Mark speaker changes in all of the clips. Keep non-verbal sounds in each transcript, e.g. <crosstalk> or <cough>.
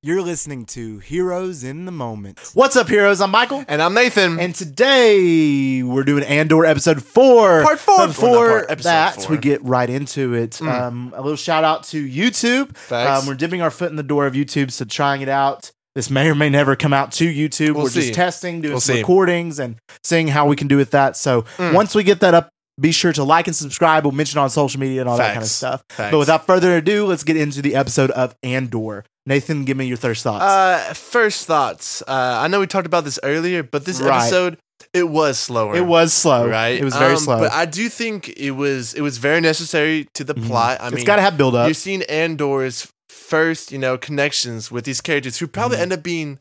Speaker 1: You're listening to Heroes in the Moment.
Speaker 2: What's up, heroes? I'm Michael.
Speaker 3: And I'm Nathan.
Speaker 2: And today we're doing Andor episode four.
Speaker 3: Part four.
Speaker 2: But
Speaker 3: Well,
Speaker 2: before
Speaker 3: not part, episode
Speaker 2: that,
Speaker 3: four. Hmm.
Speaker 2: we get right into it. Um, a little shout out to YouTube.
Speaker 3: Thanks.
Speaker 2: Um, we're dipping our foot in the door of YouTube, so trying it out. This may or may never come out to YouTube.
Speaker 3: We'll
Speaker 2: are
Speaker 3: see.
Speaker 2: just testing, doing
Speaker 3: We'll
Speaker 2: some
Speaker 3: see.
Speaker 2: recordings, and seeing how we can do with that. So
Speaker 3: Mm.
Speaker 2: once we get that up, be sure to like and subscribe. We'll mention it on social media and all that kind of
Speaker 3: Facts.
Speaker 2: stuff.
Speaker 3: Thanks.
Speaker 2: But without further ado, let's get into the episode of Andor. Nathan, give me your first thoughts.
Speaker 3: uh, first thoughts. Uh, I know we talked about this earlier, but this
Speaker 2: Right.
Speaker 3: episode it was slower.
Speaker 2: it was slow,
Speaker 3: Uh, right.
Speaker 2: It was very
Speaker 3: Um,
Speaker 2: slow.
Speaker 3: But I do think it was it was very necessary to the
Speaker 2: Mhm.
Speaker 3: plot. I
Speaker 2: it's
Speaker 3: mean,
Speaker 2: got to have build up.
Speaker 3: you're seeing Andor's first, you know, connections with these characters who probably
Speaker 2: Mhm.
Speaker 3: end up being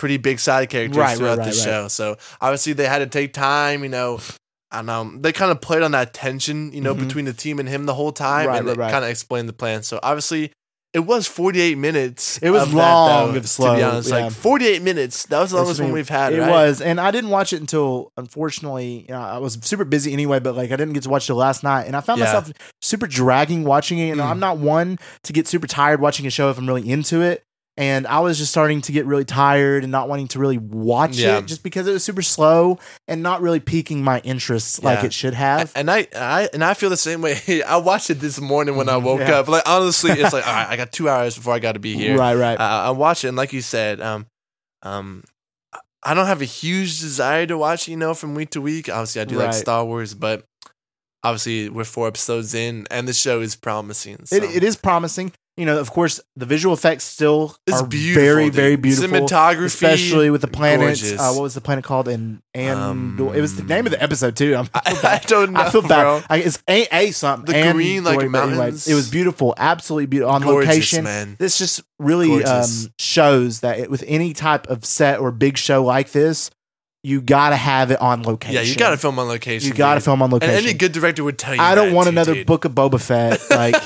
Speaker 3: pretty big side characters
Speaker 2: Right, right,
Speaker 3: throughout
Speaker 2: right,
Speaker 3: the
Speaker 2: right.
Speaker 3: show. So obviously they had to take time, you know. I know they kind of played on that tension, you know,
Speaker 2: Mhm.
Speaker 3: between the team and him the whole time,
Speaker 2: Right,
Speaker 3: and
Speaker 2: right,
Speaker 3: it
Speaker 2: right.
Speaker 3: kind of explained the plan. So obviously, it was 48 minutes.
Speaker 2: It was
Speaker 3: of that,
Speaker 2: long
Speaker 3: though,
Speaker 2: and slow,
Speaker 3: To be honest,
Speaker 2: yeah.
Speaker 3: like 48 minutes. That was the
Speaker 2: It's
Speaker 3: longest one
Speaker 2: been-
Speaker 3: we've had.
Speaker 2: It
Speaker 3: right?
Speaker 2: was, and I didn't watch it until unfortunately, you know, I was super busy anyway. But like, I didn't get to watch it last night, and I found
Speaker 3: Yeah.
Speaker 2: myself super dragging watching it. And
Speaker 3: Mm.
Speaker 2: I'm not one to get super tired watching a show if I'm really into it. And I was just starting to get really tired and not wanting to really watch
Speaker 3: Yeah.
Speaker 2: it just because it was super slow and not really piquing my interests like
Speaker 3: Yeah.
Speaker 2: it should have.
Speaker 3: And I, I and I feel the same way. <laughs> I watched it this morning when I
Speaker 2: Mhm.
Speaker 3: woke
Speaker 2: Yeah.
Speaker 3: up. Like honestly,
Speaker 2: <laughs>
Speaker 3: it's like all right, I got two hours before I got to be here.
Speaker 2: Right, right.
Speaker 3: I, I watch it, and like you said, um, um, I- I don't have a huge desire to watch. You know, from week to week. Obviously, I do like
Speaker 2: Right.
Speaker 3: Star Wars, but obviously, we're four episodes in, and the show is promising. So.
Speaker 2: it, it is promising. You know, of course, the visual effects still
Speaker 3: It's
Speaker 2: are
Speaker 3: beautiful,
Speaker 2: very,
Speaker 3: dude.
Speaker 2: very beautiful.
Speaker 3: Cinematography,
Speaker 2: especially with the planet.
Speaker 3: gorgeous.
Speaker 2: Uh, what was the planet called? And and
Speaker 3: Um,
Speaker 2: it was the name of the episode too. I'm,
Speaker 3: <laughs> I, I don't know.
Speaker 2: I feel
Speaker 3: bro.
Speaker 2: bad. I, it's a a something.
Speaker 3: The
Speaker 2: And
Speaker 3: green, like,
Speaker 2: glory, but anyway,
Speaker 3: mountains.
Speaker 2: it was beautiful, absolutely beautiful on
Speaker 3: Gorgeous,
Speaker 2: location.
Speaker 3: man.
Speaker 2: This just really um,
Speaker 3: Gorgeous.
Speaker 2: shows that it, with any type of set or big show like this, you gotta have it on location.
Speaker 3: Yeah, you got to film on location.
Speaker 2: You gotta
Speaker 3: dude.
Speaker 2: film on
Speaker 3: And
Speaker 2: location.
Speaker 3: any good director would tell you.
Speaker 2: I don't
Speaker 3: that,
Speaker 2: want
Speaker 3: too,
Speaker 2: another
Speaker 3: dude.
Speaker 2: book of Boba
Speaker 3: <laughs>
Speaker 2: Fett like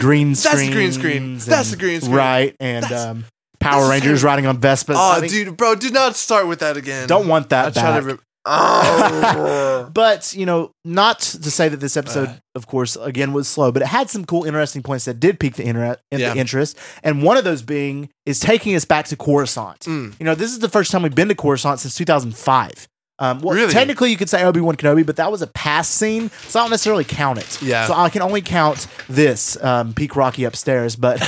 Speaker 2: green screen.
Speaker 3: That's the green screen. That's the green screen.
Speaker 2: Right, and
Speaker 3: That's-
Speaker 2: um, Power
Speaker 3: that's-
Speaker 2: Rangers riding on Vespa.
Speaker 3: Oh, dude, bro, do not start with that again.
Speaker 2: Don't want that
Speaker 3: I try
Speaker 2: back.
Speaker 3: to. Re-
Speaker 2: <laughs>
Speaker 3: oh,
Speaker 2: but you know, not to say that this episode,
Speaker 3: Uh.
Speaker 2: of course, again was slow, but it had some cool, interesting points that did pique the, inter- in
Speaker 3: Yeah.
Speaker 2: the interest. And one of those being is taking us back to Coruscant.
Speaker 3: Mm.
Speaker 2: You know, this is the first time we've been to Coruscant since 2005. Um, well,
Speaker 3: Really?
Speaker 2: technically, you could say Obi Wan Kenobi, but that was a past scene, so I don't necessarily count it.
Speaker 3: Yeah.
Speaker 2: So I can only count this um, Peak Rocky upstairs, but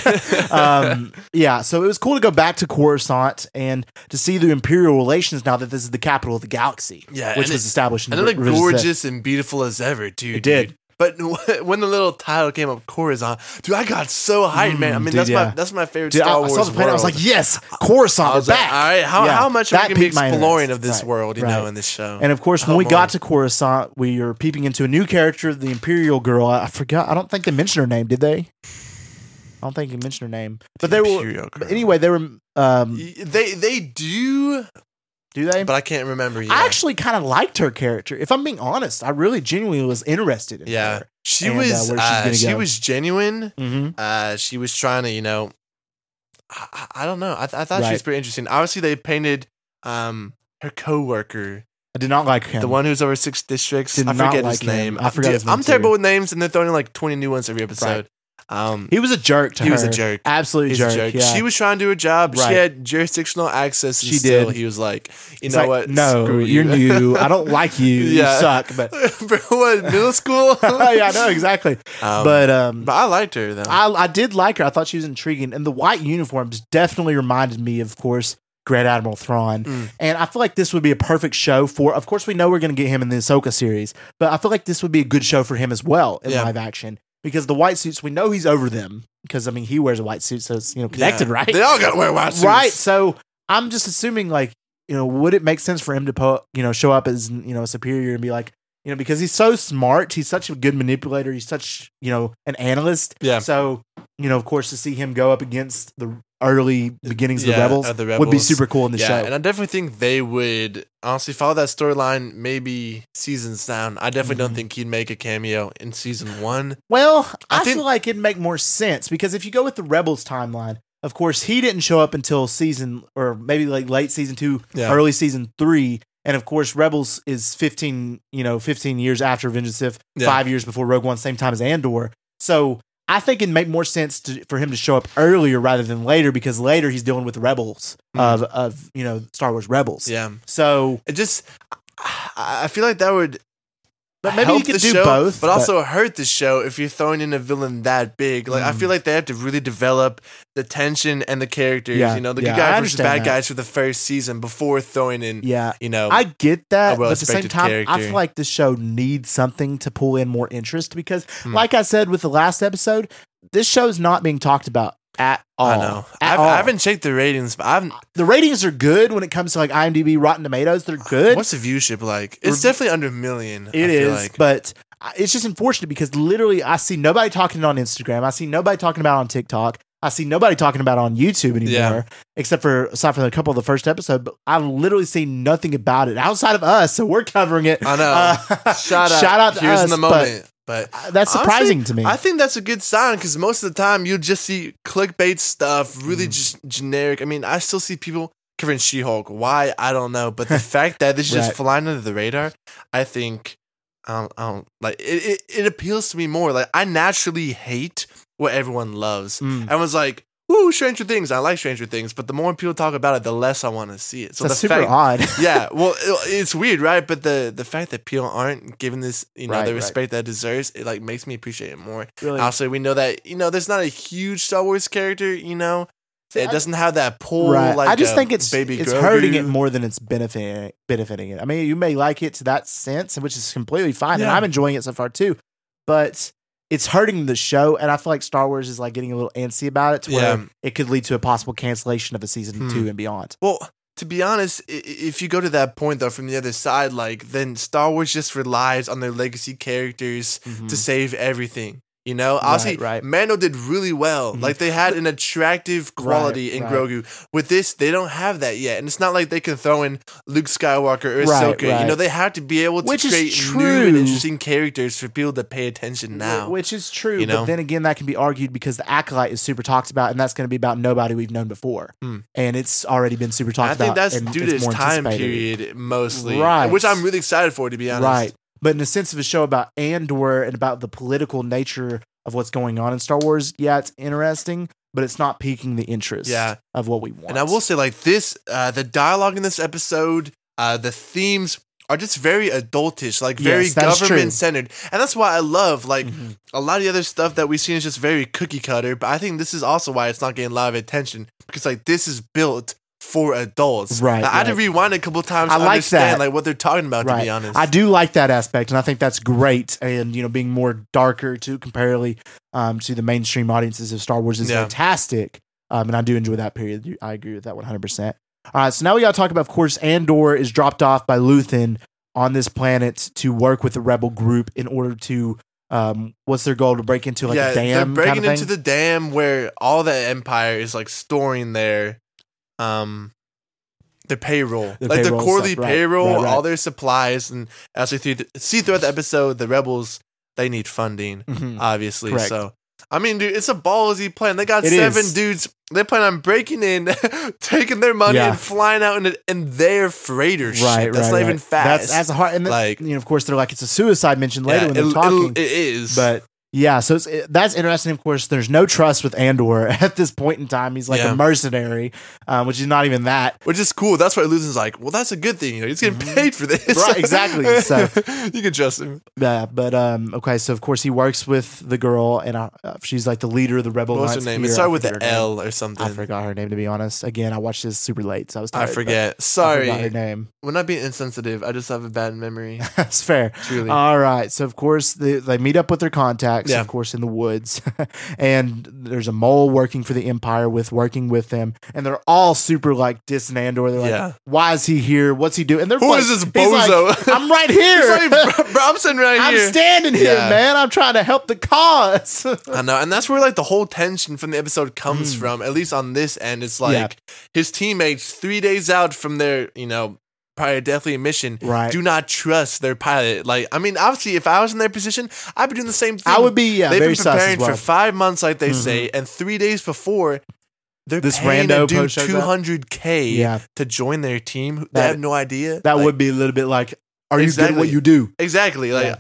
Speaker 2: <laughs> um, yeah. So it was cool to go back to Coruscant and to see the Imperial relations now that this is the capital of the galaxy.
Speaker 3: Yeah,
Speaker 2: which
Speaker 3: and
Speaker 2: was
Speaker 3: it-
Speaker 2: established. in
Speaker 3: and it looked
Speaker 2: Revenge of the Sith.
Speaker 3: gorgeous and beautiful as ever, dude.
Speaker 2: It did.
Speaker 3: dude. But <laughs> w- when the little title came up, Corazon, dude, I got so hyped, man. I
Speaker 2: Mm,
Speaker 3: mean,
Speaker 2: dude,
Speaker 3: that's
Speaker 2: yeah.
Speaker 3: my that's my favorite
Speaker 2: Dude, I,
Speaker 3: Star
Speaker 2: I
Speaker 3: Wars.
Speaker 2: saw the planet. I was
Speaker 3: world.
Speaker 2: like, yes, Coruscant,
Speaker 3: I was
Speaker 2: we're
Speaker 3: like,
Speaker 2: back.
Speaker 3: all right, how
Speaker 2: Yeah,
Speaker 3: how much are we
Speaker 2: that
Speaker 3: gonna be
Speaker 2: piqued my
Speaker 3: exploring
Speaker 2: interest.
Speaker 3: of this
Speaker 2: Right,
Speaker 3: world, you know,
Speaker 2: right.
Speaker 3: in this show?
Speaker 2: And of course, when
Speaker 3: Oh,
Speaker 2: we got
Speaker 3: Lord.
Speaker 2: to Coruscant, we are peeping into a new character, the Imperial girl. I, I forgot. I don't think they mentioned her name, did they? I don't think you mentioned her name. But they were.
Speaker 3: Imperial
Speaker 2: But
Speaker 3: Girl.
Speaker 2: anyway, they were. Um,
Speaker 3: Y- they they do,
Speaker 2: do they?
Speaker 3: but I can't remember. Yet.
Speaker 2: I actually kind of liked her character. If I'm being honest, I really genuinely was interested in
Speaker 3: yeah,
Speaker 2: her.
Speaker 3: she
Speaker 2: And, uh,
Speaker 3: was
Speaker 2: where she's
Speaker 3: uh,
Speaker 2: gonna
Speaker 3: she
Speaker 2: go.
Speaker 3: was genuine.
Speaker 2: Mm-hmm.
Speaker 3: uh, she was trying to, you know, I, I- I don't know. I, th- I thought she was
Speaker 2: Right.
Speaker 3: pretty interesting. Obviously, they painted um, her coworker,
Speaker 2: I did not like him.
Speaker 3: the one who's over six districts.
Speaker 2: Did
Speaker 3: I
Speaker 2: not
Speaker 3: forget
Speaker 2: like
Speaker 3: his
Speaker 2: him.
Speaker 3: name.
Speaker 2: I forgot
Speaker 3: Dude,
Speaker 2: his name,
Speaker 3: I'm terrible
Speaker 2: too.
Speaker 3: with names, and they're throwing in like 20 new ones every episode. Um,
Speaker 2: He was a jerk to
Speaker 3: he was a
Speaker 2: her.
Speaker 3: jerk.
Speaker 2: Absolute
Speaker 3: He's
Speaker 2: jerk.
Speaker 3: a jerk.
Speaker 2: Yeah.
Speaker 3: She was trying to do her job.
Speaker 2: Right.
Speaker 3: She had jurisdictional access. And
Speaker 2: She
Speaker 3: still
Speaker 2: did.
Speaker 3: He was like, you
Speaker 2: It's
Speaker 3: know
Speaker 2: like,
Speaker 3: what?
Speaker 2: No,
Speaker 3: Screw
Speaker 2: you're
Speaker 3: you.
Speaker 2: new. I
Speaker 3: <laughs>
Speaker 2: don't like you.
Speaker 3: Yeah.
Speaker 2: You suck.
Speaker 3: <laughs>
Speaker 2: But <laughs>
Speaker 3: For what? Middle school?
Speaker 2: yeah, I know exactly.
Speaker 3: <laughs> Um,
Speaker 2: but um,
Speaker 3: but I liked her though.
Speaker 2: I, I did like her. I thought she was intriguing, and the white uniforms definitely reminded me, of course, Grand Admiral Thrawn.
Speaker 3: Mm.
Speaker 2: And I feel like this would be a perfect show for. Of course, we know we're going to get him in the Ahsoka series, but I feel like this would be a good show for him as well in
Speaker 3: Yeah.
Speaker 2: live action because the white suits. We know he's over them because I mean he wears a white suit, so it's you know connected,
Speaker 3: Yeah.
Speaker 2: right?
Speaker 3: They all got to wear white suits.
Speaker 2: right. So I'm just assuming like you know would it make sense for him to po- you know show up as you know a superior and be like. You know, because he's so smart, he's such a good manipulator. He's such, you know, an analyst.
Speaker 3: Yeah.
Speaker 2: So, you know, of course, to see him go up against the early beginnings of, the
Speaker 3: Yeah,
Speaker 2: rebels
Speaker 3: of the
Speaker 2: would be
Speaker 3: Rebels.
Speaker 2: super cool in the
Speaker 3: yeah,
Speaker 2: show.
Speaker 3: and I definitely think they would honestly follow that storyline maybe seasons down. I definitely
Speaker 2: Mhm.
Speaker 3: don't think he'd make a cameo in season one.
Speaker 2: well, I,
Speaker 3: I think-
Speaker 2: feel like it'd make more sense because if you go with the rebels timeline, of course, he didn't show up until season or maybe like late season two,
Speaker 3: Yeah.
Speaker 2: early season three. And of course, Rebels is fifteen, you know, fifteen years after Vengeance Sith,
Speaker 3: Yeah.
Speaker 2: five years before Rogue One, same time as Andor. So I think it'd make more sense to, for him to show up earlier rather than later because later he's dealing with rebels
Speaker 3: Mm.
Speaker 2: of of you know Star Wars rebels.
Speaker 3: Yeah.
Speaker 2: So
Speaker 3: It just, I I feel like that would.
Speaker 2: But maybe
Speaker 3: help
Speaker 2: you could
Speaker 3: the
Speaker 2: do
Speaker 3: show,
Speaker 2: both,
Speaker 3: but,
Speaker 2: but-
Speaker 3: also hurt the show if you're throwing in a villain that big. Like I
Speaker 2: Mm.
Speaker 3: feel like they have to really develop the tension and the characters.
Speaker 2: Yeah,
Speaker 3: you know, the
Speaker 2: yeah,
Speaker 3: good
Speaker 2: I
Speaker 3: guys versus the
Speaker 2: understand
Speaker 3: bad
Speaker 2: that.
Speaker 3: guys for the first season before throwing in.
Speaker 2: yeah,
Speaker 3: You know,
Speaker 2: I get that,
Speaker 3: Oh. A
Speaker 2: but at the same
Speaker 3: well-respected
Speaker 2: time, I
Speaker 3: character.
Speaker 2: feel like the show needs something to pull in more interest because,
Speaker 3: Hmm.
Speaker 2: like I said with the last episode, this show's not being talked about at all.
Speaker 3: I know.
Speaker 2: At
Speaker 3: I've,
Speaker 2: all.
Speaker 3: I haven't checked the ratings, but I've.
Speaker 2: The ratings are good when it comes to like IMDb, Rotten Tomatoes. They're good.
Speaker 3: What's the viewership like? It's
Speaker 2: Rev-
Speaker 3: definitely under a million. I
Speaker 2: It
Speaker 3: feel
Speaker 2: is,
Speaker 3: like.
Speaker 2: but I- it's just unfortunate because literally I see nobody talking on Instagram. I see nobody talking about it on TikTok. I see nobody talking about it on YouTube anymore,
Speaker 3: Yeah.
Speaker 2: except for aside from a couple of the first episode. But I've literally seen nothing about it outside of us, so we're covering it.
Speaker 3: I know.
Speaker 2: Uh,
Speaker 3: Oh, shout
Speaker 2: <laughs>
Speaker 3: out.
Speaker 2: shout out to
Speaker 3: Here's
Speaker 2: us,
Speaker 3: in the
Speaker 2: but-
Speaker 3: moment. But,
Speaker 2: Uh, That's surprising to me.
Speaker 3: I think that's a good sign because most of the time you just see clickbait stuff, really
Speaker 2: Mm.
Speaker 3: just generic. I mean, I still see people covering She Hulk. Why? I don't
Speaker 2: <laughs>
Speaker 3: know. But the fact that this is just
Speaker 2: Right.
Speaker 3: flying under the radar, I think, I don't, I don't like it, it. It appeals to me more. Like, I naturally hate what everyone loves.
Speaker 2: Mm.
Speaker 3: Everyone's like, Ooh, Stranger Things. I like Stranger Things, but the more people talk about it, the less I want to see it. So
Speaker 2: That's
Speaker 3: the
Speaker 2: super
Speaker 3: fact, <laughs>
Speaker 2: odd.
Speaker 3: yeah, well, it- it's weird, right? But the the fact that people aren't giving this, you know,
Speaker 2: Right,
Speaker 3: the
Speaker 2: right.
Speaker 3: respect that it deserves, it like makes me appreciate it more.
Speaker 2: really.
Speaker 3: Also, we know that you know there's not a huge Star Wars character, you know,
Speaker 2: See,
Speaker 3: it
Speaker 2: I-
Speaker 3: doesn't have that pull.
Speaker 2: Right.
Speaker 3: Like
Speaker 2: I just
Speaker 3: a
Speaker 2: think it's
Speaker 3: baby
Speaker 2: it's
Speaker 3: Grogu.
Speaker 2: hurting it more than it's benefiting benefiting it. I mean, you may like it to that sense, which is completely fine, and
Speaker 3: Yeah.
Speaker 2: I'm enjoying it so far too. But it's hurting the show, and I feel like Star Wars is like getting a little antsy about it, to where
Speaker 3: Yeah.
Speaker 2: it could lead to a possible cancellation of a season
Speaker 3: Hmm.
Speaker 2: two and beyond.
Speaker 3: Well, to be honest, i- i- if you go to that point though from the other side, like then Star Wars just relies on their legacy characters to save everything. You know, obviously,
Speaker 2: Mm. right.
Speaker 3: Mando did really well.
Speaker 2: Mhm.
Speaker 3: Like they had an attractive quality
Speaker 2: Right,
Speaker 3: in
Speaker 2: right.
Speaker 3: Grogu. With this, they don't have that yet, and it's not like they can throw in Luke Skywalker or
Speaker 2: Right,
Speaker 3: Ahsoka. You
Speaker 2: right.
Speaker 3: know, they have to be able to
Speaker 2: Which is
Speaker 3: create new
Speaker 2: true.
Speaker 3: and interesting characters for people to pay attention now.
Speaker 2: which is true,
Speaker 3: you know?
Speaker 2: but then again, that can be argued because the acolyte is super talked about, and that's going to be about nobody we've known before,
Speaker 3: Hmm.
Speaker 2: and it's already been super talked
Speaker 3: I think
Speaker 2: about.
Speaker 3: that's
Speaker 2: and
Speaker 3: due to
Speaker 2: it's
Speaker 3: its
Speaker 2: more
Speaker 3: time
Speaker 2: anticipated.
Speaker 3: period mostly,
Speaker 2: Right.
Speaker 3: Which I'm really excited for, to be honest.
Speaker 2: Right. But in the sense of a show about Andor and about the political nature of what's going on in Star Wars, yeah, it's interesting, but it's not piquing the interest
Speaker 3: Yeah.
Speaker 2: of what we want.
Speaker 3: And I will say, like this, uh, the dialogue in this episode, uh, the themes are just very adultish, like very
Speaker 2: Yes, that's true.
Speaker 3: government centered, and that's why I love like
Speaker 2: Mhm.
Speaker 3: a lot of the other stuff that we've seen is just very cookie cutter. But I think this is also why it's not getting a lot of attention because like this is built for adults.
Speaker 2: Right,
Speaker 3: Like, I had to
Speaker 2: right.
Speaker 3: rewind a couple times.
Speaker 2: I
Speaker 3: to
Speaker 2: like
Speaker 3: understand,
Speaker 2: that.
Speaker 3: Like what they're talking about. To
Speaker 2: Right.
Speaker 3: be honest,
Speaker 2: I do like that aspect, and I think that's great. And you know, being more darker to comparatively um, to the mainstream audiences of Star Wars is
Speaker 3: Yeah.
Speaker 2: fantastic. Um, and I do enjoy that period. I agree with that one hundred percent. All right, so now we got to talk about. Of course, Andor is dropped off by Luthen on this planet to work with the rebel group in order to. Um, what's their goal to break into like a
Speaker 3: they're
Speaker 2: dam?
Speaker 3: breaking
Speaker 2: kind of
Speaker 3: into
Speaker 2: thing? <laughs>
Speaker 3: the dam where all the empire is like storing their, um, their payroll,
Speaker 2: Their
Speaker 3: like
Speaker 2: payroll
Speaker 3: their quarterly
Speaker 2: stuff, right,
Speaker 3: payroll,
Speaker 2: right, right.
Speaker 3: all their supplies, and as we th- see throughout the episode, the rebels they need funding,
Speaker 2: Mhm.
Speaker 3: obviously.
Speaker 2: Correct.
Speaker 3: So. I mean, dude, it's a ballsy plan. They got
Speaker 2: It
Speaker 3: seven
Speaker 2: is.
Speaker 3: dudes. They plan on breaking in, <laughs> taking their money,
Speaker 2: Yeah.
Speaker 3: and flying out in, a, in their freighter ship.
Speaker 2: Right,
Speaker 3: That's
Speaker 2: right,
Speaker 3: not even
Speaker 2: right.
Speaker 3: fast.
Speaker 2: That's that's a hard. And then,
Speaker 3: Like-
Speaker 2: you know, of course, they're like it's a suicide mentioned later
Speaker 3: Yeah,
Speaker 2: when they're
Speaker 3: it-
Speaker 2: talking.
Speaker 3: it'll- It is.
Speaker 2: But yeah, so it's, it, that's interesting. Of course, there's no trust with Andor <laughs> at this point in time. He's like
Speaker 3: Yeah.
Speaker 2: a mercenary, um, which is not even that.
Speaker 3: which is cool. That's why Luthen's like, well, that's a good thing. You know, he's getting paid for this.
Speaker 2: Mm-hmm. Right, exactly.
Speaker 3: <laughs>
Speaker 2: So-
Speaker 3: you can trust him.
Speaker 2: Yeah, but um, okay. So of course he works with the girl, and uh, uh, she's like the leader of the rebel.
Speaker 3: What was her
Speaker 2: alliance
Speaker 3: name? It
Speaker 2: here. I
Speaker 3: started with
Speaker 2: forget
Speaker 3: the
Speaker 2: her name.
Speaker 3: L or something.
Speaker 2: I forgot her name to be honest. Again, I watched this super late, so I was.
Speaker 3: I
Speaker 2: Tired, but
Speaker 3: forget.
Speaker 2: I forgot her
Speaker 3: Sorry.
Speaker 2: name. <laughs>
Speaker 3: We're not being insensitive. I just have a bad memory.
Speaker 2: That's fair.
Speaker 3: Truly. <laughs>
Speaker 2: All right. So of course they, they meet up with their contacts,
Speaker 3: Yeah.
Speaker 2: of course, in the woods, <laughs> and there's a mole working for the Empire with working with them, and they're all super like dissing Andor. They're like,
Speaker 3: Yeah.
Speaker 2: "Why is he here? What's he doing?" And they're
Speaker 3: Who
Speaker 2: like,
Speaker 3: is this
Speaker 2: he's like, <laughs>
Speaker 3: bozo?
Speaker 2: I'm right
Speaker 3: It's
Speaker 2: here.
Speaker 3: like, bro, I'm sitting
Speaker 2: <laughs>
Speaker 3: right
Speaker 2: I'm
Speaker 3: here.
Speaker 2: standing here,
Speaker 3: Yeah.
Speaker 2: man. I'm trying to help the cause. <laughs>
Speaker 3: I know, and that's where like the whole tension from the episode comes
Speaker 2: Mm.
Speaker 3: from. At least on this end, it's like
Speaker 2: Yeah.
Speaker 3: his teammates three days out from their you know prior deathly mission
Speaker 2: right.
Speaker 3: do not trust their pilot. Like, I mean, obviously, if I was in their position, I'd be doing the same thing.
Speaker 2: I would be yeah,
Speaker 3: They've
Speaker 2: very
Speaker 3: been
Speaker 2: sus as
Speaker 3: preparing
Speaker 2: well. Mm-hmm.
Speaker 3: for five months, like they say, and three days before, they're
Speaker 2: This
Speaker 3: paying
Speaker 2: rando
Speaker 3: a dude
Speaker 2: post shows up?
Speaker 3: 200k
Speaker 2: yeah,
Speaker 3: to join their team. They
Speaker 2: That-
Speaker 3: have no idea.
Speaker 2: that
Speaker 3: Like,
Speaker 2: would be a little bit like, are you good at
Speaker 3: Exactly.
Speaker 2: what you do?
Speaker 3: exactly like,
Speaker 2: Yeah.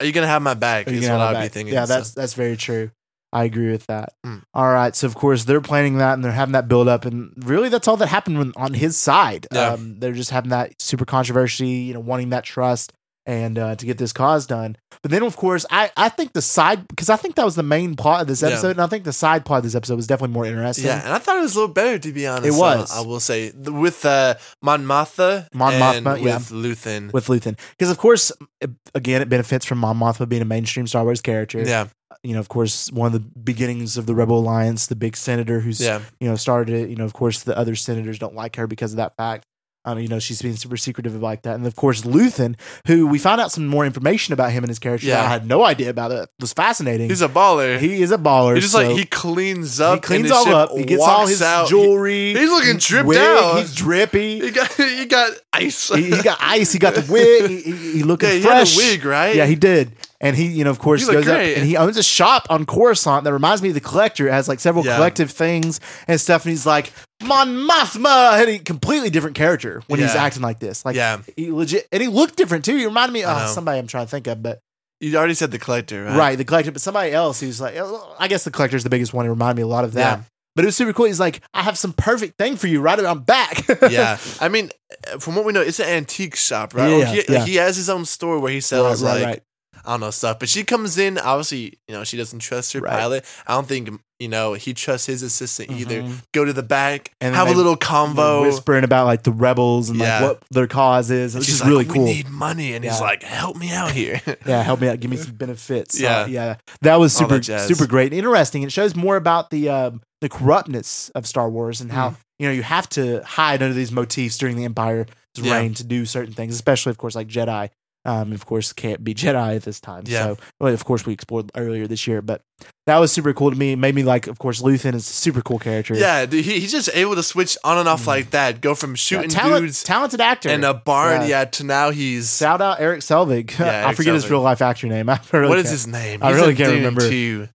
Speaker 3: are you gonna have my back?
Speaker 2: Are you
Speaker 3: Is
Speaker 2: gonna
Speaker 3: what
Speaker 2: have
Speaker 3: I'd
Speaker 2: it
Speaker 3: be
Speaker 2: back?
Speaker 3: thinking.
Speaker 2: Yeah,
Speaker 3: So-
Speaker 2: that's that's very true. I agree with that.
Speaker 3: Mm.
Speaker 2: All right. So, of course, they're planning that and they're having that build up. And really, that's all that happened when, on his side.
Speaker 3: Yeah.
Speaker 2: Um, they're just having that super controversy, you know, wanting that trust and uh, to get this cause done. But then, of course, I, I think the side, because I think that was the main plot of this
Speaker 3: Yeah.
Speaker 2: episode. And I think the side plot of this episode was definitely more interesting.
Speaker 3: Yeah, and I thought it was a little better to be honest.
Speaker 2: It
Speaker 3: uh,
Speaker 2: was.
Speaker 3: I will say th- with uh, Mon Mothma
Speaker 2: Mon
Speaker 3: and
Speaker 2: Mothma, yeah.
Speaker 3: with Luthen.
Speaker 2: With Luthen. Because, of course, it- again, it benefits from Mon Mothma being a mainstream Star Wars character.
Speaker 3: yeah,
Speaker 2: You know, of course, one of the beginnings of the Rebel Alliance, the big senator who's
Speaker 3: yeah,
Speaker 2: you know, started it. You know, of course, the other senators don't like her because of that fact. Um, you know, she's being super secretive of like that. And of course, Luthen, who we found out some more information about him and his character that
Speaker 3: Yeah.
Speaker 2: I had no idea about. It was fascinating.
Speaker 3: he's a baller. He,
Speaker 2: he is a baller.
Speaker 3: just
Speaker 2: so
Speaker 3: like he cleans up,
Speaker 2: he cleans
Speaker 3: and his
Speaker 2: all
Speaker 3: ship
Speaker 2: up. He gets all
Speaker 3: walks
Speaker 2: his
Speaker 3: out. He-
Speaker 2: jewelry.
Speaker 3: he's looking
Speaker 2: his
Speaker 3: dripped
Speaker 2: wig,
Speaker 3: out.
Speaker 2: He's drippy.
Speaker 3: <laughs> He, got he got ice.
Speaker 2: he, he got ice. He got the wig. He, he, he looking
Speaker 3: <laughs> yeah, he
Speaker 2: fresh.
Speaker 3: had a wig, right?
Speaker 2: Yeah, he did. And he, you know, of course,
Speaker 3: You
Speaker 2: he
Speaker 3: look
Speaker 2: goes
Speaker 3: great.
Speaker 2: up and he owns a shop on Coruscant that reminds me of the Collector. It has like several
Speaker 3: Yeah.
Speaker 2: collective things and stuff. And he's like, Mon Mothma, and he completely different character when he's
Speaker 3: Yeah.
Speaker 2: acting like this. Like,
Speaker 3: yeah.
Speaker 2: he legit, and he looked different too. He reminded me
Speaker 3: I
Speaker 2: of
Speaker 3: know.
Speaker 2: somebody I'm trying to think of, but
Speaker 3: You already said the collector, right?
Speaker 2: right, the Collector, but somebody else who's like, oh, I guess the Collector's the biggest one. It reminded me a lot of that.
Speaker 3: Yeah.
Speaker 2: But it was super cool. He's like, I have some perfect thing for you right I'm back. <laughs>
Speaker 3: yeah, I mean, uh, from what we know, it's an antique shop, right?
Speaker 2: Yeah,
Speaker 3: Or he,
Speaker 2: yeah.
Speaker 3: he has his own store where he sells
Speaker 2: Right, right,
Speaker 3: like
Speaker 2: right.
Speaker 3: I don't know stuff. But she comes in, obviously, you know, she doesn't trust her
Speaker 2: Right.
Speaker 3: pilot. I don't think you know he trusts his assistant either.
Speaker 2: Mhm.
Speaker 3: Go to the back
Speaker 2: And
Speaker 3: and
Speaker 2: then
Speaker 3: have
Speaker 2: they-
Speaker 3: a little
Speaker 2: They're
Speaker 3: convo.
Speaker 2: Whispering about like the rebels and
Speaker 3: Yeah.
Speaker 2: like what their cause is.
Speaker 3: And
Speaker 2: It's
Speaker 3: she's
Speaker 2: just
Speaker 3: like,
Speaker 2: really
Speaker 3: "We
Speaker 2: cool.
Speaker 3: need money, and he's
Speaker 2: Yeah.
Speaker 3: like, "Help me
Speaker 2: <laughs>
Speaker 3: out here."
Speaker 2: yeah, help me out, give me some benefits. Yeah,
Speaker 3: Yeah.
Speaker 2: yeah, that was
Speaker 3: All
Speaker 2: super,
Speaker 3: that jazz.
Speaker 2: super great and interesting. It shows more about the um, the corruptness of Star Wars and
Speaker 3: Mm.
Speaker 2: how you know you have to hide under these motifs during the Empire's
Speaker 3: Yeah.
Speaker 2: reign to do certain things, especially of course like Jedi. Um, of course, can't be Jedi at this time.
Speaker 3: Yeah.
Speaker 2: So, well, of course, we explored earlier this year, but that was super cool to me. It made me like, of course, Luthen is a super cool character.
Speaker 3: yeah, dude, he, he's just able to switch on and off
Speaker 2: Mhm.
Speaker 3: like that. Go from
Speaker 2: Yeah,
Speaker 3: shooting
Speaker 2: talent-
Speaker 3: dudes
Speaker 2: talented actor.
Speaker 3: and a barn,
Speaker 2: Yeah.
Speaker 3: yeah. to now he's
Speaker 2: Shout out Eric Selvig. <laughs>
Speaker 3: Yeah,
Speaker 2: I
Speaker 3: Eric
Speaker 2: forget his
Speaker 3: Selvig.
Speaker 2: real life actor name. <laughs> I really
Speaker 3: what is
Speaker 2: can't.
Speaker 3: his name?
Speaker 2: I
Speaker 3: He's
Speaker 2: really
Speaker 3: in
Speaker 2: can't
Speaker 3: Dune
Speaker 2: remember.
Speaker 3: too.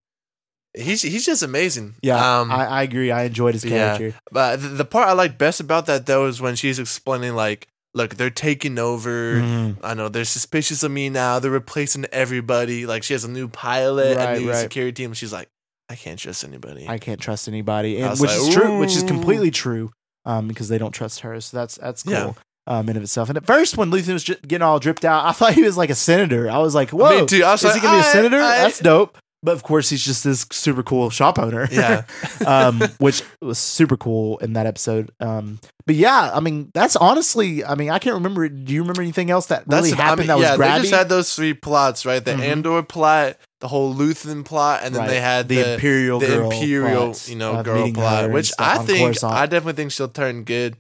Speaker 3: He's he's just amazing.
Speaker 2: Yeah,
Speaker 3: um,
Speaker 2: I, I agree. I enjoyed his
Speaker 3: yeah.
Speaker 2: character.
Speaker 3: But the, the part I like best about that though is when she's explaining like, look, they're taking over.
Speaker 2: Mhm.
Speaker 3: I know they're suspicious of me now. They're replacing everybody. Like she has a new pilot,
Speaker 2: Right,
Speaker 3: a new
Speaker 2: right.
Speaker 3: security team. and She's like, I can't trust anybody.
Speaker 2: I can't trust anybody,
Speaker 3: I
Speaker 2: and,
Speaker 3: was
Speaker 2: which
Speaker 3: like,
Speaker 2: is true, which is
Speaker 3: "Ooh."
Speaker 2: completely true, um, because they don't trust her. So that's that's cool.
Speaker 3: Yeah.
Speaker 2: Um, in of itself, and at first when Luthen was ju- getting all dripped out, I thought he was like a senator. I was like, "Whoa,
Speaker 3: Me too. I was
Speaker 2: is
Speaker 3: like,
Speaker 2: he gonna be a
Speaker 3: I-
Speaker 2: senator?
Speaker 3: I-
Speaker 2: That's dope." But of course, he's just this super cool shop owner.
Speaker 3: <laughs>
Speaker 2: <laughs>
Speaker 3: yeah,
Speaker 2: um, which was super cool in that episode. Um, but yeah, I mean, that's honestly, I mean, I can't remember. Do you remember anything else that really
Speaker 3: I
Speaker 2: happened
Speaker 3: mean,
Speaker 2: that was
Speaker 3: yeah,
Speaker 2: grabby?
Speaker 3: They just had those three plots, right? The
Speaker 2: Mhm.
Speaker 3: Andor plot, the whole Luthen plot, and then
Speaker 2: Right.
Speaker 3: they had
Speaker 2: the,
Speaker 3: the,
Speaker 2: imperial,
Speaker 3: the
Speaker 2: girl
Speaker 3: Imperial,
Speaker 2: plot
Speaker 3: you know,
Speaker 2: of
Speaker 3: girl
Speaker 2: meeting her
Speaker 3: plot,
Speaker 2: and
Speaker 3: which
Speaker 2: stuff
Speaker 3: I
Speaker 2: on
Speaker 3: think
Speaker 2: Coruscant.
Speaker 3: I definitely think she'll turn good.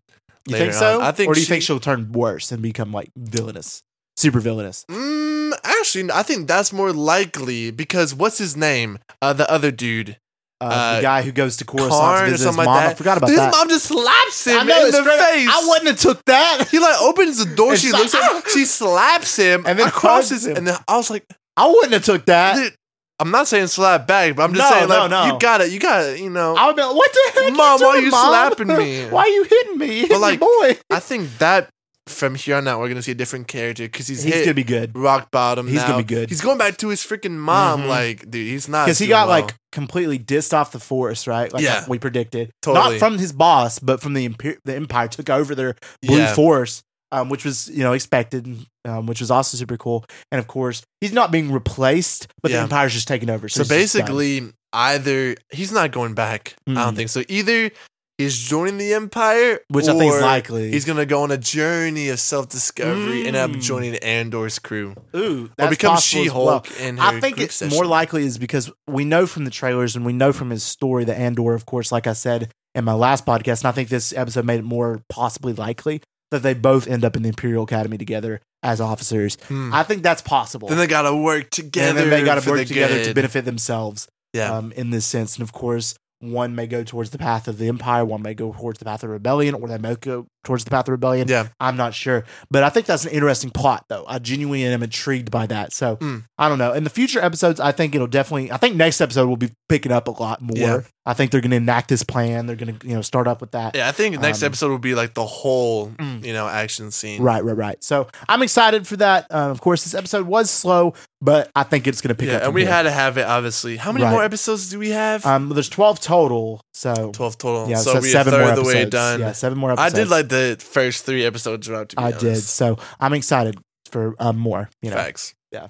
Speaker 2: You
Speaker 3: later
Speaker 2: think so?
Speaker 3: on. I think
Speaker 2: or do you
Speaker 3: she-
Speaker 2: think she'll turn worse and become like villainous, super villainous?
Speaker 3: Mm, actually, I think that's more likely because what's his name? Uh, the other dude.
Speaker 2: Uh, the
Speaker 3: Uh,
Speaker 2: guy who goes to Coruscant
Speaker 3: Karn
Speaker 2: to
Speaker 3: or
Speaker 2: visit his
Speaker 3: something
Speaker 2: mom.
Speaker 3: like
Speaker 2: I
Speaker 3: that.
Speaker 2: forgot about
Speaker 3: his
Speaker 2: that.
Speaker 3: mom just slaps him
Speaker 2: I know
Speaker 3: in
Speaker 2: it's
Speaker 3: the
Speaker 2: straight up-
Speaker 3: face.
Speaker 2: I wouldn't have took that.
Speaker 3: He like opens the door.
Speaker 2: It's
Speaker 3: She
Speaker 2: like, <laughs>
Speaker 3: looks at him. She slaps him
Speaker 2: And
Speaker 3: and
Speaker 2: then
Speaker 3: then crosses.
Speaker 2: hugs him.
Speaker 3: And then I was like,
Speaker 2: I wouldn't have took that.
Speaker 3: dude, I'm not saying slap back, but I'm just
Speaker 2: No,
Speaker 3: saying like,
Speaker 2: no, no.
Speaker 3: you got to You got to You know.
Speaker 2: I would be like, "What the heck,
Speaker 3: Mom,
Speaker 2: you
Speaker 3: why
Speaker 2: doing,
Speaker 3: you
Speaker 2: Mom?
Speaker 3: slapping me?
Speaker 2: <laughs> why are you hitting me? Hit me,
Speaker 3: like,
Speaker 2: boy,
Speaker 3: I think that from here on out, we're gonna see a different character because he's,
Speaker 2: he's
Speaker 3: hit
Speaker 2: gonna be good
Speaker 3: rock bottom.
Speaker 2: He's gonna
Speaker 3: now.
Speaker 2: be good.
Speaker 3: He's going back to his freaking mom.
Speaker 2: Mhm.
Speaker 3: Like, dude, he's not
Speaker 2: because he
Speaker 3: doing
Speaker 2: got
Speaker 3: well.
Speaker 2: like completely dissed off the force, right? Like
Speaker 3: Yeah.
Speaker 2: we predicted,
Speaker 3: Totally.
Speaker 2: not from his boss, but from the Imper- the Empire took over their Blue
Speaker 3: Yeah.
Speaker 2: Force, um, which was you know expected, um, which was also super cool. And of course, he's not being replaced, but the
Speaker 3: Yeah.
Speaker 2: Empire's just taking over.
Speaker 3: So
Speaker 2: it's just done.
Speaker 3: basically, either he's not going back. I
Speaker 2: Mm.
Speaker 3: don't think so. Either he's joining the empire,
Speaker 2: which I think is
Speaker 3: or
Speaker 2: likely.
Speaker 3: He's gonna go on a journey of self discovery and end up
Speaker 2: Mm.
Speaker 3: joining Andor's crew
Speaker 2: Ooh,
Speaker 3: or
Speaker 2: that's
Speaker 3: become
Speaker 2: possible as
Speaker 3: She Hulk. in her
Speaker 2: I think
Speaker 3: group
Speaker 2: it's
Speaker 3: session.
Speaker 2: more likely is because we know from the trailers and we know from his story that Andor, of course, like I said in my last podcast, and I think this episode made it more possibly likely that they both end up in the Imperial Academy together as officers.
Speaker 3: Hmm.
Speaker 2: I think that's possible.
Speaker 3: then they gotta work together.
Speaker 2: and then they got
Speaker 3: for
Speaker 2: to work
Speaker 3: the
Speaker 2: together to
Speaker 3: good.
Speaker 2: benefit themselves
Speaker 3: Yeah.
Speaker 2: um, in this sense. And of course, one may go towards the path of the Empire, one may go towards the path of rebellion, or they may go towards the path of rebellion.
Speaker 3: Yeah.
Speaker 2: I'm not sure, but I think that's an interesting plot, though. I genuinely am intrigued by that. So
Speaker 3: Mm.
Speaker 2: I don't know. In the future episodes, I think it'll definitely. I think next episode will be picking up a lot more.
Speaker 3: Yeah.
Speaker 2: I think they're going to enact this plan. They're going to you know start up with that.
Speaker 3: Yeah, I think next
Speaker 2: Um,
Speaker 3: episode will be like the whole,
Speaker 2: Mm.
Speaker 3: you know, action scene.
Speaker 2: Right, right, right. So I'm excited for that. Uh, of course, this episode was slow, but I think it's going to pick
Speaker 3: Yeah,
Speaker 2: up.
Speaker 3: and
Speaker 2: from
Speaker 3: we
Speaker 2: here.
Speaker 3: had to have it obviously. How many
Speaker 2: Right.
Speaker 3: more episodes do we have?
Speaker 2: um, there's 12 total. So
Speaker 3: Twelve total.
Speaker 2: yeah,
Speaker 3: so
Speaker 2: so
Speaker 3: we
Speaker 2: seven
Speaker 3: a
Speaker 2: more
Speaker 3: third of the
Speaker 2: episodes.
Speaker 3: way done.
Speaker 2: Yeah, seven more
Speaker 3: I
Speaker 2: episodes.
Speaker 3: did like the first three episodes drop to be
Speaker 2: I did.
Speaker 3: honest.
Speaker 2: So I'm excited for um, more. You know,
Speaker 3: Facts.
Speaker 2: Yeah.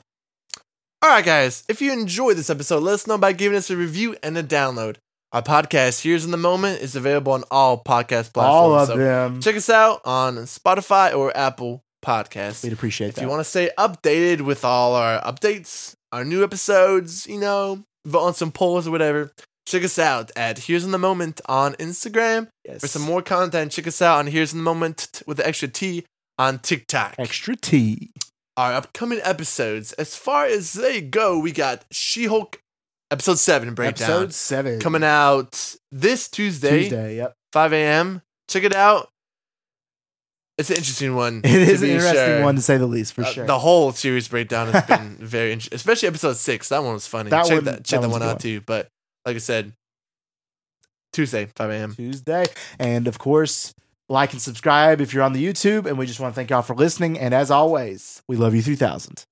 Speaker 3: All right, guys. If you enjoyed this episode, let us know by giving us a review and a download. Our podcast, Here's in the Moment, is available on all podcast platforms.
Speaker 2: all of
Speaker 3: so
Speaker 2: them.
Speaker 3: Check us out on Spotify or Apple Podcasts.
Speaker 2: We'd appreciate
Speaker 3: If
Speaker 2: that.
Speaker 3: you want to stay updated with all our updates, our new episodes, you know, vote on some polls or whatever, check us out at Here's in the Moment on Instagram.
Speaker 2: yes.
Speaker 3: For some more content, check us out on Here's in the Moment t- with the extra T on TikTok.
Speaker 2: extra tea.
Speaker 3: Our upcoming episodes, as far as they go, we got She Hulk episode 7 breakdown
Speaker 2: Episode seven
Speaker 3: coming out this Tuesday,
Speaker 2: Tuesday. Yep.
Speaker 3: 5 a.m. Check it out. It's an interesting one.
Speaker 2: It
Speaker 3: <laughs> to
Speaker 2: is an
Speaker 3: be
Speaker 2: interesting
Speaker 3: sure.
Speaker 2: one to say the least, for
Speaker 3: Uh,
Speaker 2: sure.
Speaker 3: The whole series breakdown
Speaker 2: <laughs>
Speaker 3: has been very interesting, especially episode six. That one was funny.
Speaker 2: That
Speaker 3: check
Speaker 2: one-
Speaker 3: that,
Speaker 2: that
Speaker 3: check that,
Speaker 2: one's
Speaker 3: one
Speaker 2: a good
Speaker 3: out
Speaker 2: one.
Speaker 3: too. But like I said, Tuesday, 5 a.m.
Speaker 2: Tuesday, and of course, like and subscribe if you're on the YouTube. And we just want to thank y'all for listening. And as always, we love you 3000.